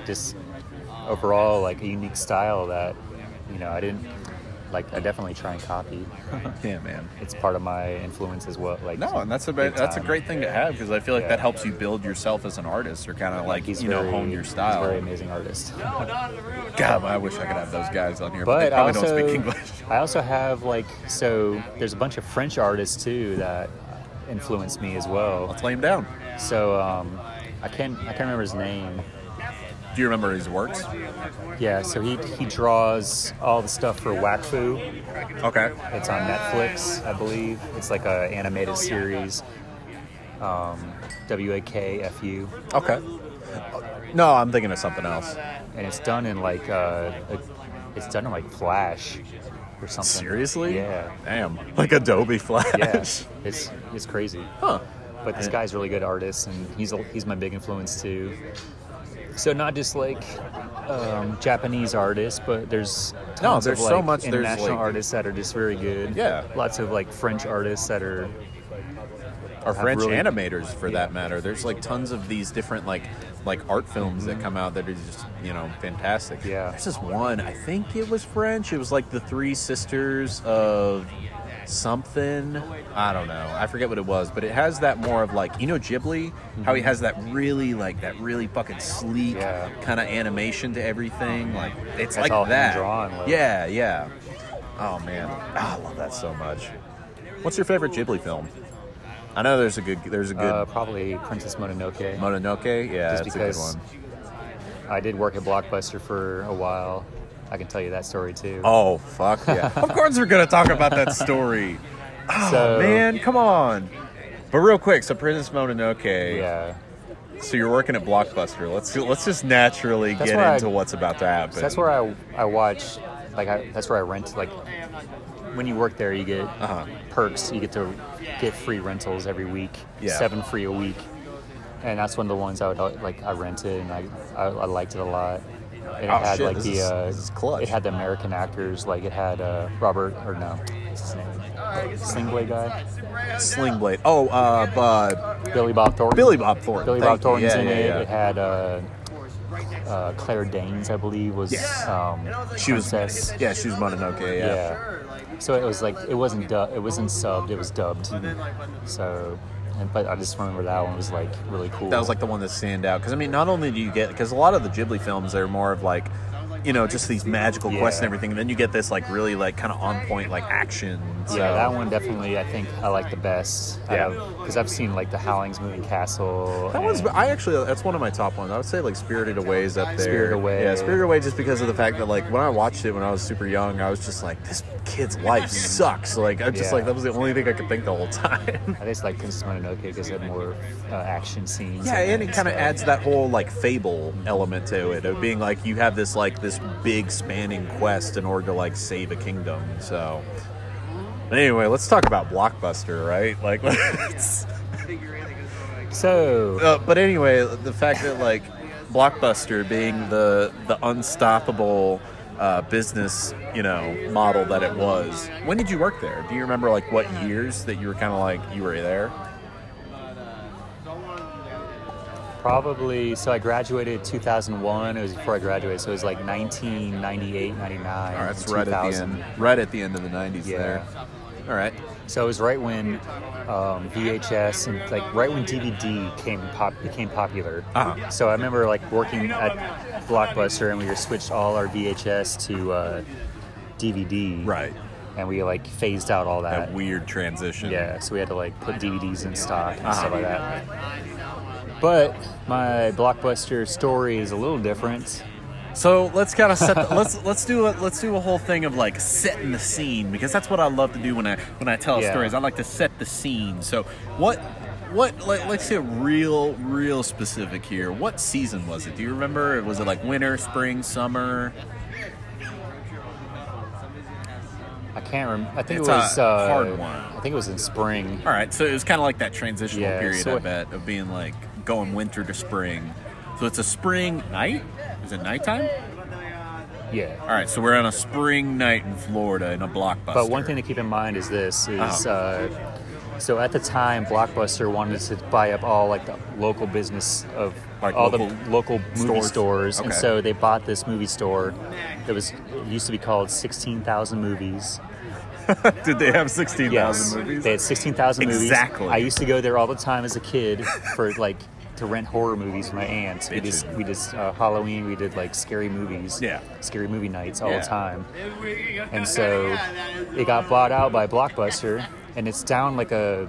just overall like a unique style that you know I didn't like I definitely try and copy. yeah man it's part of my influence as well. Like no and that's a bit, big that's a time. great thing to have because i feel like Yeah. that helps you build yourself as an artist or kind of like he's you very, know hone your he's a style very amazing artist. god i wish i could have those guys on here but, But they I probably also, don't speak english I also have like so there's a bunch of French artists too that influenced me as well. let's lay him down So um, I can't I can't remember his name. do you remember his works Yeah, so he he draws all the stuff for Wakfu. Okay. It's on Netflix, I believe. It's like a animated series. Um, W A K F U, Okay. No, I'm thinking of something else. and it's done in like uh, a- it's done in like Flash or something. Seriously? Yeah. Damn. Like Adobe Flash. Yeah, it's it's crazy. Huh. But this guy's a really good artist, and he's a, he's my big influence too. So not just like um, Japanese artists, but there's tons No, of, there's like, so much- there's, international like- artists that are just very good. Yeah. lots of like French artists that are Or French really- animators, for that matter. There's like tons of these different like like art films that come out that are just you know fantastic. Mm-hmm. Yeah. There's this one. I think it was French. It was like the Three Sisters of something. I don't know. I forget what it was, but it has that more of like you know Ghibli, how he has that really like that really fucking sleek Mm-hmm. Yeah. kind of animation to everything. Like it's That's like all that. hand-drawn, like- Yeah, yeah. Oh man, Ah, I love that so much. What's your favorite Ghibli film? I know there's a good there's a good uh, probably Princess Mononoke. Mononoke. Yeah, just that's because a good one. I did work at Blockbuster for a while. I can tell you that story too. Oh fuck yeah! of course we're gonna talk about that story. Oh So- man, come on. But real quick, so Princess Mononoke. yeah. So you're working at Blockbuster. Let's let's just naturally That's get where I- into what's about to happen. So that's where I I watch like I, that's where I rent like when you work there you get Uh-huh. perks you get to get free rentals every week Yeah. seven free a week and that's one of the ones I would uh, like I rented and I I, I liked it a lot. And it Oh, had shit, like this the is- uh, this is clutch. it had the American actors like it had uh, Robert or no what's his name Slingblade guy Sling Blade. Oh, uh, bu- Billy Bob Thornton Billy Bob Thornton. Billy Thank Bob you. Thornton's Yeah, in yeah, it. yeah. It had uh, uh, Claire Danes, I believe, was Yes. um, She was. princess. Yeah, she was Mononoke. Yeah. yeah. So it was like it wasn't du- it wasn't subbed, it was dubbed. So, and, but I just remember that one was like really cool. That was like the one that stand out because I mean, not only do you get because a lot of the Ghibli films they're more of like, you know, just these magical quests and Yeah. everything, and then you get this like really like kind of on point like action. So. yeah, that one definitely I think I like the best. Yeah. because I've seen like the Howling's Moving Castle. That one's. and- I actually. That's one of my top ones. I would say like Spirited Away is up there. Spirited Away. Yeah, Spirited Away, just because of the fact that like when I watched it when I was super young, I was just like, this kid's life sucks. Like I just Yeah. like that was the only thing I could think the whole time. I just like Princess Mononoke because it had more uh, action scenes. yeah, in and it kind of so- adds that whole like fable element to it of being like you have this like this big spanning quest in order to like save a kingdom. So. But anyway, let's talk about Blockbuster, right? Like, let's- So Uh, but anyway, the fact that like Blockbuster being the the unstoppable uh, business, you know, model that it was. When did you work there? Do you remember like what years that you were kind of like you were there? Probably. So I graduated 2001. It was before I graduated. So it was like 1998, 99. All right, that's right at the 2000. end, right at the end of the '90s. Yeah. There. All right. So it was right when um, VHS and like right when DVD came pop became popular. Uh-huh. So I remember like working at Blockbuster and we were switched all our VHS to uh, DVD. Right. And we like phased out all that. That weird transition. Yeah, so we had to like put DVDs in stock Uh-huh. and stuff like that. But my blockbuster story is a little different. So let's kind of set. The, let's let's do a, let's do a whole thing of like setting the scene because that's what I love to do when I when I tell Yeah. stories. I like to set the scene. So what what like, let's get real real specific here. What season was it? Do you remember? Was it like winter, spring, summer? I can't remember. I think It's it was a uh, hard one. I think it was in spring. All right, so it was kind of like that transitional Yeah, period, so I it- bet, of being like going winter to spring. So it's a spring night. Is it nighttime? Yeah. All right, so we're on a spring night in Florida in a blockbuster. But one thing to keep in mind is this: Uh-huh. is uh, so at the time, Blockbuster wanted to buy up all like the local business of Like all the local local movie stores? stores, and Okay. so they bought this movie store that was it used to be called Sixteen Thousand Movies. did they have sixteen Yes, thousand movies? they had sixteen thousand movies. Exactly. I used to go there all the time as a kid for like to rent horror movies for my aunt. We just Bitchin'. we just uh, Halloween. We did like scary movies. Yeah. scary movie nights all Yeah. the time. And so it got bought out by Blockbuster, and it's down like a,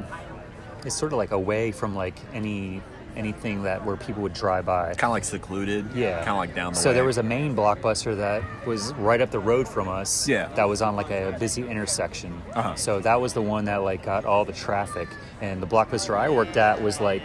it's sort of like away from like any anything that where people would drive by. kind of like secluded. Yeah. kind of like down the. So way. there was a main blockbuster that was right up the road from us. Yeah. That was on like a busy intersection. Uh-huh. So that was the one that like got all the traffic. And the blockbuster I worked at was like,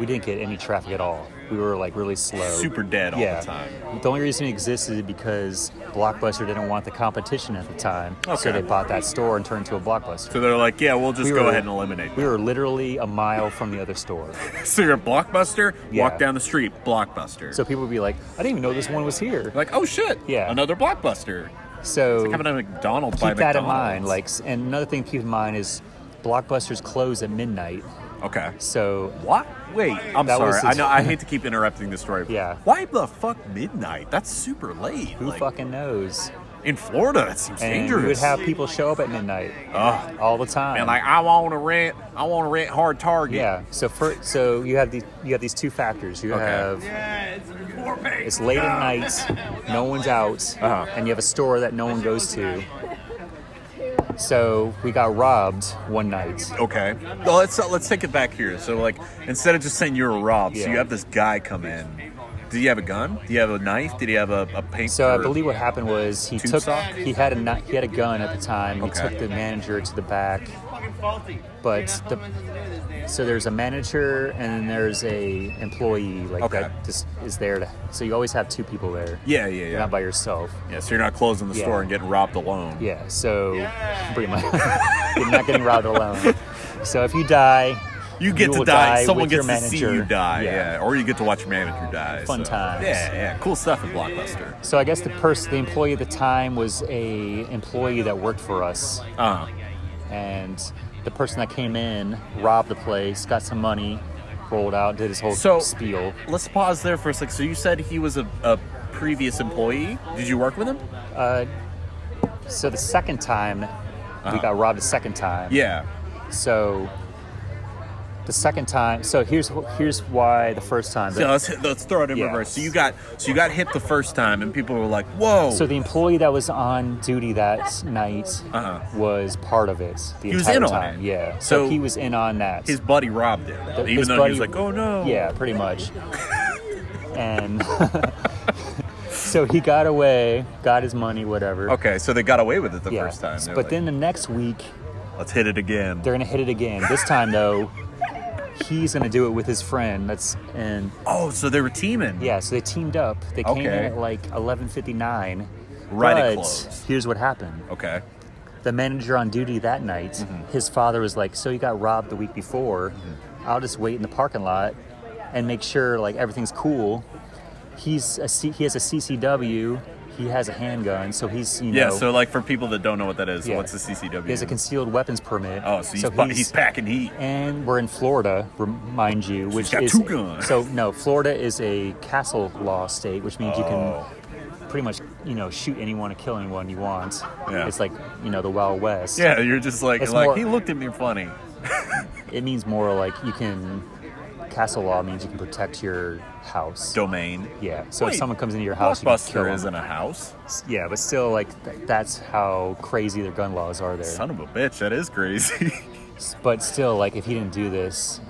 we didn't get any traffic at all. We were like really slow. Super dead all the yeah. time. The only reason it existed because Blockbuster didn't want the competition at the time. Okay. So they bought that store and turned it to a blockbuster. So they're like, yeah, we'll just We go were- ahead and eliminate. we that. were literally a mile from the other store. So you're at blockbuster. Yeah. Walk down the street, blockbuster. So people would be like, I didn't even know this one was here. like, oh shit, Yeah. another blockbuster. So Having a McDonald's. by keep that in McDonald's. mind. Like, s- and another thing to keep in mind is blockbusters close at midnight. okay. So What? Wait, I'm That was sorry. I the- know I hate to keep interrupting the story. Yeah. Why the fuck midnight? That's super late. who like, fucking knows? in Florida? That seems And dangerous. you would have people show up at midnight Ugh. all the time. and like I want to rent. I want to rent Hard Target. yeah. So for, so you have these you have these two factors. You Okay. have it's late at night, no one's out, Uh-huh. and you have a store that no one goes to. So we got robbed one night. Okay. Well, let's uh, let's take it back here. So like instead of just saying you were robbed, so Yeah. you have this guy come in. Did he have a gun? Did he have a knife? Did he have a, a paint? So I or- believe what happened was he Tube took sock? he had a kni- he had a gun at the time. He Okay. took the manager to the back. But the, so there's a manager and then there's a employee like Okay. that just is there to. So you always have two people there. Yeah, yeah, You're yeah. not by yourself. yeah. So you're not closing the Yeah. store and getting robbed alone. Yeah. So pretty much you're not getting robbed alone. So if you die, You get to will die. die Someone with your gets to see manager. you die. Yeah. Yeah. Or you get to watch your manager die. Fun so. times. Yeah, yeah. Cool stuff at Blockbuster. so I guess the person the employee at the time was a employee that worked for us. Uh, and the person that came in robbed the place, got some money, rolled out, did his whole So- spiel. let's pause there for a sec. So you said he was a, a previous employee. Did you work with him? Uh, so the second time, we got robbed a second time. Uh-huh. Yeah. So the second time, so here's wh- here's why the first time. So let's, hit- let's throw it in Yeah. reverse. So you got so you got hit the first time, and people were like, "Whoa!" so the employee that was on duty that night Uh-huh. was part of it. The He was entire in on time. it. Yeah. So, So- he was in on that. his buddy robbed him, The- even his though he was buddy- like, "Oh no!" Yeah, pretty much. and so he got away, got his money, whatever. Okay, so they got away with it the Yeah. first time. They're But like, then the next week, let's hit it again. they're gonna hit it again. This time though, he's gonna do it with his friend. That's and Oh, so they were teaming. yeah. So they teamed up. They came in Okay. at like 11:59. Right at But close. here's what happened. Okay. The manager on duty that night, Mm-hmm. his father was like, "So you got robbed the week before? I'll just wait in the parking lot and make sure like everything's cool." He's a C- he has a CCW. He has a handgun, so he's you Yeah. know So like for people that don't know what that is, Yeah. what's the CCW? he has a concealed weapons permit. oh, so he's, pa- he's, packing heat. and we're in Florida, rem- mind you, which got is two guns. so no. Florida is a castle law state, which means you Oh. can pretty much you know shoot anyone and kill anyone you want. Yeah. It's like you know the Wild West. Yeah, you're just like It's like more- he looked at me funny. It means more like you can. Castle law means you can protect your house. Domain. Yeah. So Wait, if someone comes into your house, you can kill Blockbuster is them. in a house. Yeah, but still, like th- that's how crazy their gun laws are there. Son of a bitch, that is crazy. But still, like if he didn't do this,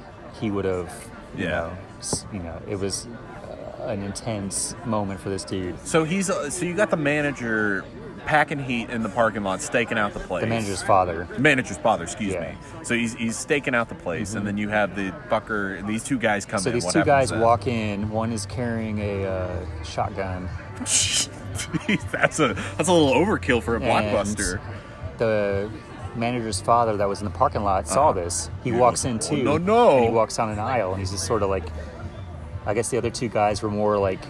he would have. You Yeah. Know, s- you know, it was uh, an intense moment for this dude. so he's uh, so you got the manager packing heat in the parking lot, staking out the place. The manager's father. Manager's father, excuse Yeah. Mm-hmm. me. So he's, he's staking out the place, and then you have the fucker. These two guys come So in. these What two happens guys then? walk in. One is carrying a uh, shotgun. Jeez, that's a that's a little overkill for a and blockbuster. the manager's father that was in the parking lot saw this. He walks in too. Uh-huh. Oh, no, no. And he walks down an aisle, and he's just sort of like, I guess the other two guys were more like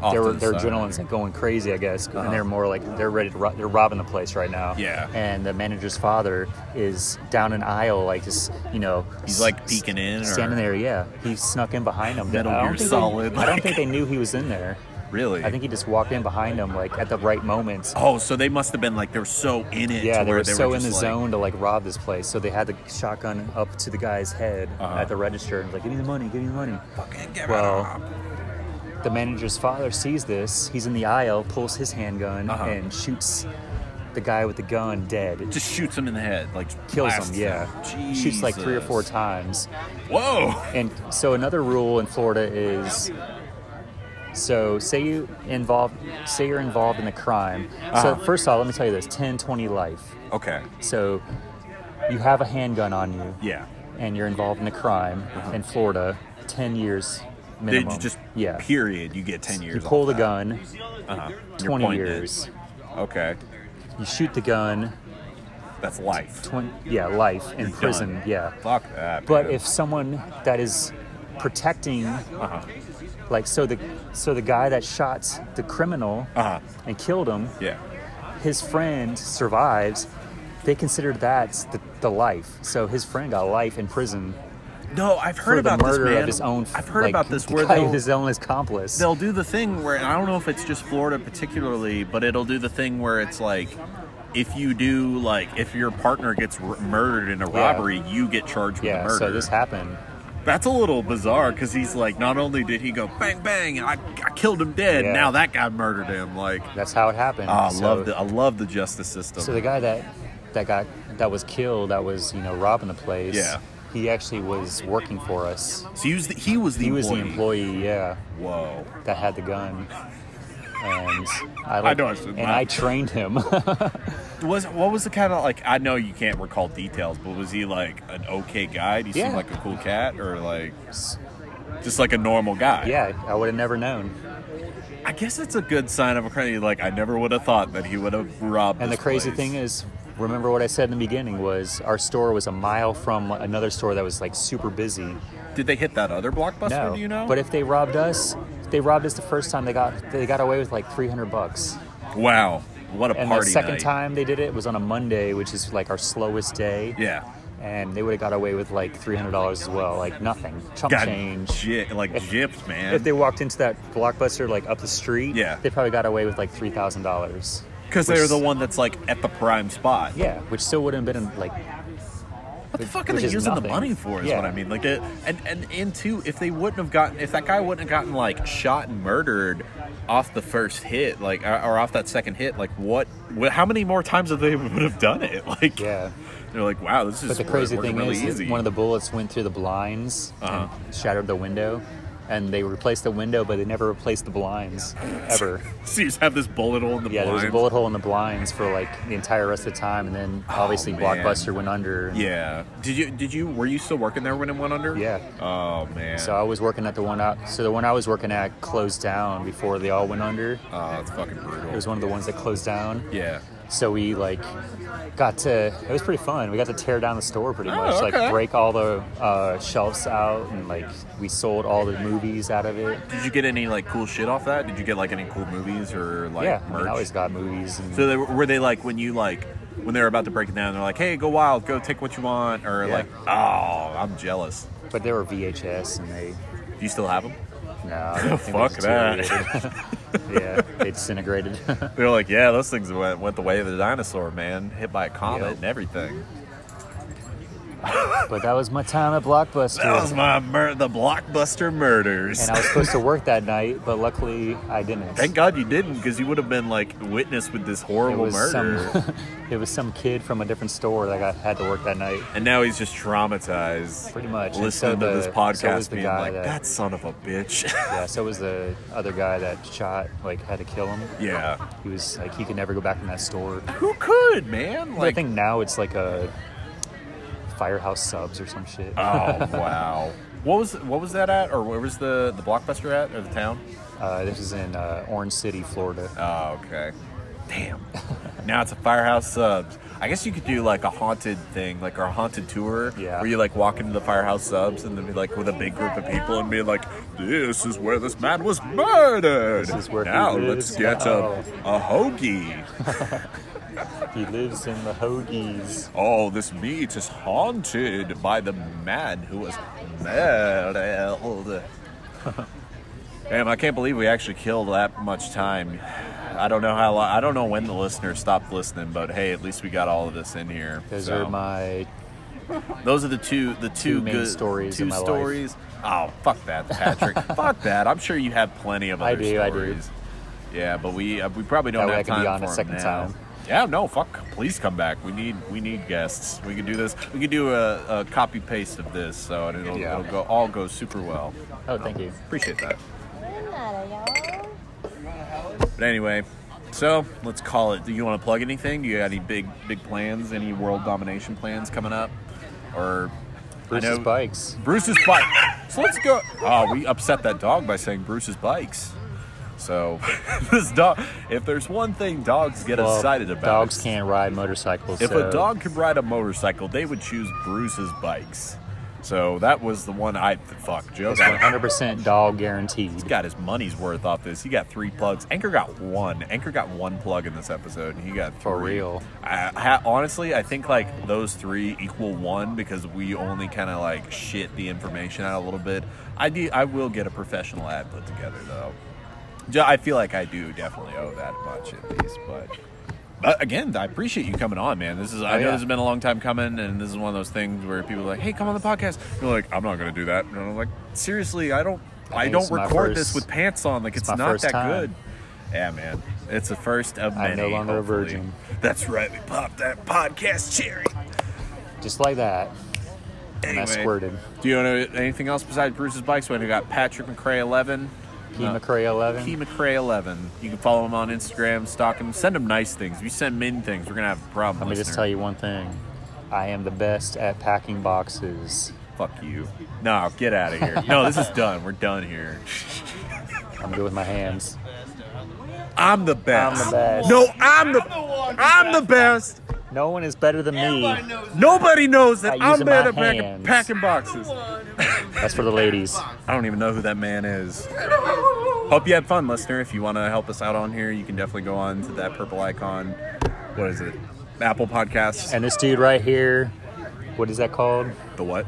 Off their to the their side. Uh-huh. adrenaline's like going crazy, I guess, and they're more like they're ready to ro- they're robbing the place right now. Yeah. And the manager's father is down an aisle, like just you know, He's s- like peeking in. standing or, there. Yeah, he snuck in behind him. Metal I don't Gear think Solid, They, I don't like- think they knew he was in there. Really? I think he just walked in behind him, like at the right moment. Oh, so they must have been like they were so in it. Yeah, to they where were so in just the like- zone to like rob this place, so they had the shotgun up to the guy's head Uh-huh. at the register and was like, "Give me the money, give me the money." Fucking give it Well, up. the manager's father sees this. He's in the aisle, pulls his handgun, Uh-huh. and shoots the guy with the gun dead. just shoots him in the head, like kills blasts him. Yeah, shoots like three or four Jesus. times. Whoa! And so another rule in Florida is so say you involved say you're involved in the crime. So Uh-huh. first of all, let me tell you this 10 20 life. Okay. So you have a handgun on you Yeah. and you're involved in a crime in Florida, 10 years They minimum. just yeah. Period. You get ten years. you pull off the that. gun, Uh-huh. You're 20 pointing it. years. Okay. You shoot the gun, That's life. 20 yeah, life in You're done. prison, yeah. Fuck that. But man. if someone that is protecting, Uh-huh. like so the so the guy that shot the criminal Uh-huh. and killed him, yeah. his friend survives. They considered that the, the life. So his friend got life in prison No, I've heard for the about murder this man. of his own. I've heard like, about this the where guy they'll, who's his own accomplice. they'll do the thing where and I don't know if it's just Florida particularly, but it'll do the thing where it's like if you do like if your partner gets r- murdered in a Yeah. robbery, you get charged with Yeah. the murder. So this happened. That's a little bizarre because he's like, not only did he go bang bang, and I, I killed him dead. Yeah. Now that guy murdered him. Like, That's how it happened. Ah, I so, love the I love the justice system. So the guy that that got that was killed, that was you know robbing the place. Yeah. He actually was working for us. so he was the, he was the He employee. was the employee. Yeah. Whoa, that had the gun. And I, know I should and not. I trained him. was what was the kind of like? I know you can't recall details, but was he like an okay guy? Do you Yeah. seem like a cool cat or like just like a normal guy? yeah, I would have never known. I guess it's a good sign of a crime. Like I never would have thought that he would have robbed. And the this crazy place. thing is, remember what I said in the beginning was our store was a mile from another store that was like super busy. did they hit that other blockbuster? No, do you know? but if they robbed us, if they robbed us the first time. They got they got away with like 300 bucks. wow, what a And party the second night. time they did it was on a Monday, which is like our slowest day. Yeah. And they would have got away with like $300 as well, like nothing, chump got change. J- like gypped, man. if they walked into that blockbuster like up the street, Yeah. they probably got away with like three thousand dollars. Because they're the one that's like at the prime spot. Yeah, which still wouldn't have been like What the fuck are which they is using the nothing. money for? Is Yeah. what I mean. Like, it, and and and two, if they wouldn't have gotten, if that guy wouldn't have gotten like shot and murdered off the first hit, like or, or off that second hit, like what, what? How many more times have they would have done it? Like, yeah. they're like, wow, this is But the crazy working thing really is, that easy. Uh-huh. one of the bullets went through the blinds and shattered the window, and they replaced the window, but they never replaced the blinds ever. so you just have this bullet hole in the yeah, there was a blinds. bullet hole in the blinds for like the entire rest of the time, and then obviously Oh, man. Blockbuster went under. Yeah. Did you? Did you? Were you still working there when it went under? Yeah. Oh man. So I was working at the one out. So the one I was working at closed down before they all went under. oh, that's fucking brutal. It was one of the ones that closed down. yeah. So we like got to. It was pretty fun. We got to tear down the store pretty much, Oh, okay. like break all the uh, shelves out, and like we sold all the movies out of it. Did you get any like cool shit off that? Did you get like any cool movies or like yeah, I, mean, merch? I always got movies. And, so they, were they like when you like when they were about to break it down, they're like, "Hey, go wild, go take what you want," or Yeah. like, "Oh, I'm jealous." but they were VHS, and they Do you still have them? no, I don't think Fuck they deteriorated. yeah, they disintegrated. They're like, "Yeah, those things went, went the way of the dinosaur, man, hit by a comet Yep. and everything." but that was my time at Blockbuster. That was my mur- the blockbuster murders. and I was supposed to work that night, but luckily I didn't. Thank God you didn't, because you would have been like witness with this It horrible was murder. some. it was some kid from a different store that got had to work that night. And now he's just traumatized. Pretty much. And Listening so to this the- so podcast, was the being guy like, that- "That son of a bitch." Yeah, so was the other guy that shot, like, had to kill him. yeah. He was like, he could never go back in that store. Who could, man? I Like, think now it's like a Firehouse Subs or some shit. oh wow. What was what was that at, or where was the the blockbuster at, or the town? Uh, this is in uh, Orange City, Florida. Oh, okay. Damn. now it's a firehouse subs. I guess you could do like a haunted thing, like or a haunted tour, Yeah. where you like walk into the firehouse subs and then be like with a big group of people and be like, "This is where this man was murdered. This is where he now let's lives get now." a a hoagie. He lives in the Hoagies. Oh, this meat is haunted by the man who was murdered. Damn, I can't believe we actually killed that much time. I don't know how. Long, I don't know when the listeners stopped listening, but hey, at least we got all of this in here. Those So, are my those are the two the two, main good stories Two in my life. stories. Oh, fuck that, Patrick. fuck that. I'm sure you have plenty of other I do, I do. stories. Yeah, but we uh, we probably don't That way have I can time be on for a 'em second now. time. Yeah, no, fuck. Please come back. We need we need guests. We could do this. We could do a, a copy paste of this, so and it'll, Yeah. it'll go all go super well. Oh, thank you. Appreciate that. Doing that, y'all. But anyway, so let's call it. Do you want to plug anything? Do you got any big big plans? Any world domination plans coming up? Or I Bruce's know- bikes. Bruce's bike. So let's go. Oh, we upset that dog by saying Bruce's bikes. So this dog. If there's one thing dogs get Well, excited about, Dogs can't ride motorcycles. If so a dog could ride a motorcycle, they would choose Bruce's bikes. So that was the one I fuck. Joe it's got, 100% dog guaranteed. got his money's worth off this. He got three plugs. Anchor got one. Anchor got one plug in this episode, and he got three. For real. I, I, honestly, I think like those three equal one because we only kind of like shit the information out a little bit. I do. I will get a professional ad put together though. Ju- I feel like I do definitely owe that much at least, but. But again, I appreciate you coming on, man. This is I Oh, know yeah. this has been a long time coming, and this is one of those things where people are like, "Hey, come on the podcast." You're like, "I'm not going to do that," and I'm like, "Seriously, I don't, I, think don't it's my record first- this with pants on. Like, it's, my not first that time. good." Yeah, man, it's the first of I'm no many, longer a hopefully. virgin. That's right. We popped that podcast cherry. Just like that. Anyway, And I squirted. Do you know anything else besides Bruce's bikes? We got Patrick McRae eleven. Key No. McCray 11. Key McRae eleven. You can follow him on Instagram, stalk him, send him nice things. If you send men things, we're gonna have a problem. Let me just listener. tell you one thing. I am the best at packing boxes. Fuck you. No, get out of here. No, this is done. We're done here. I'm good with my hands. I'm the best. I'm the best. No, I'm the I'm the best. No one is better than me. Nobody knows that By I'm using my better packing, hands. packing boxes. That's for the ladies. I don't even know who that man is. Hope you had fun, listener. If you want to help us out on here, you can definitely go on to that purple icon. What is it? Apple Podcasts. And this dude right here, what is that called? the what?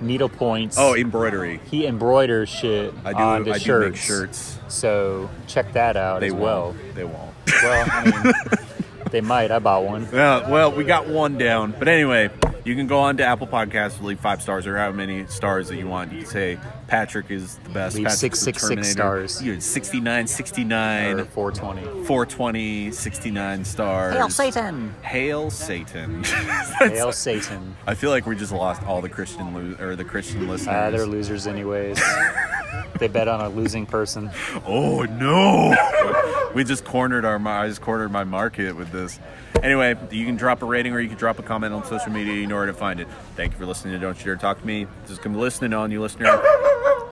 Needle points. Oh, embroidery. he embroiders shit I do. onto I do shirts. make shirts. So check that out They as won't. well. They won't. Well, I mean, they might. I bought one. Yeah, well, we got one down. But anyway, you can go on to Apple Podcasts, leave five stars or how many stars that you want. You can say Patrick is the best. Leave Patrick's six, the six, six Terminator. stars. You're 69, Or 69, 420. 420, 69 stars. Hail Satan! Hail Satan. Hail Satan! I feel like we just lost all the Christian lo- or the Christian listeners. Ah, they're losers anyways. they bet on a losing person. Oh no! we just cornered our. mar- I just cornered my market with this. Anyway, you can drop a rating or you can drop a comment on social media. You know where to find it. Thank you for listening to Don't You Dare Talk to Me. This is come listening on you, listener.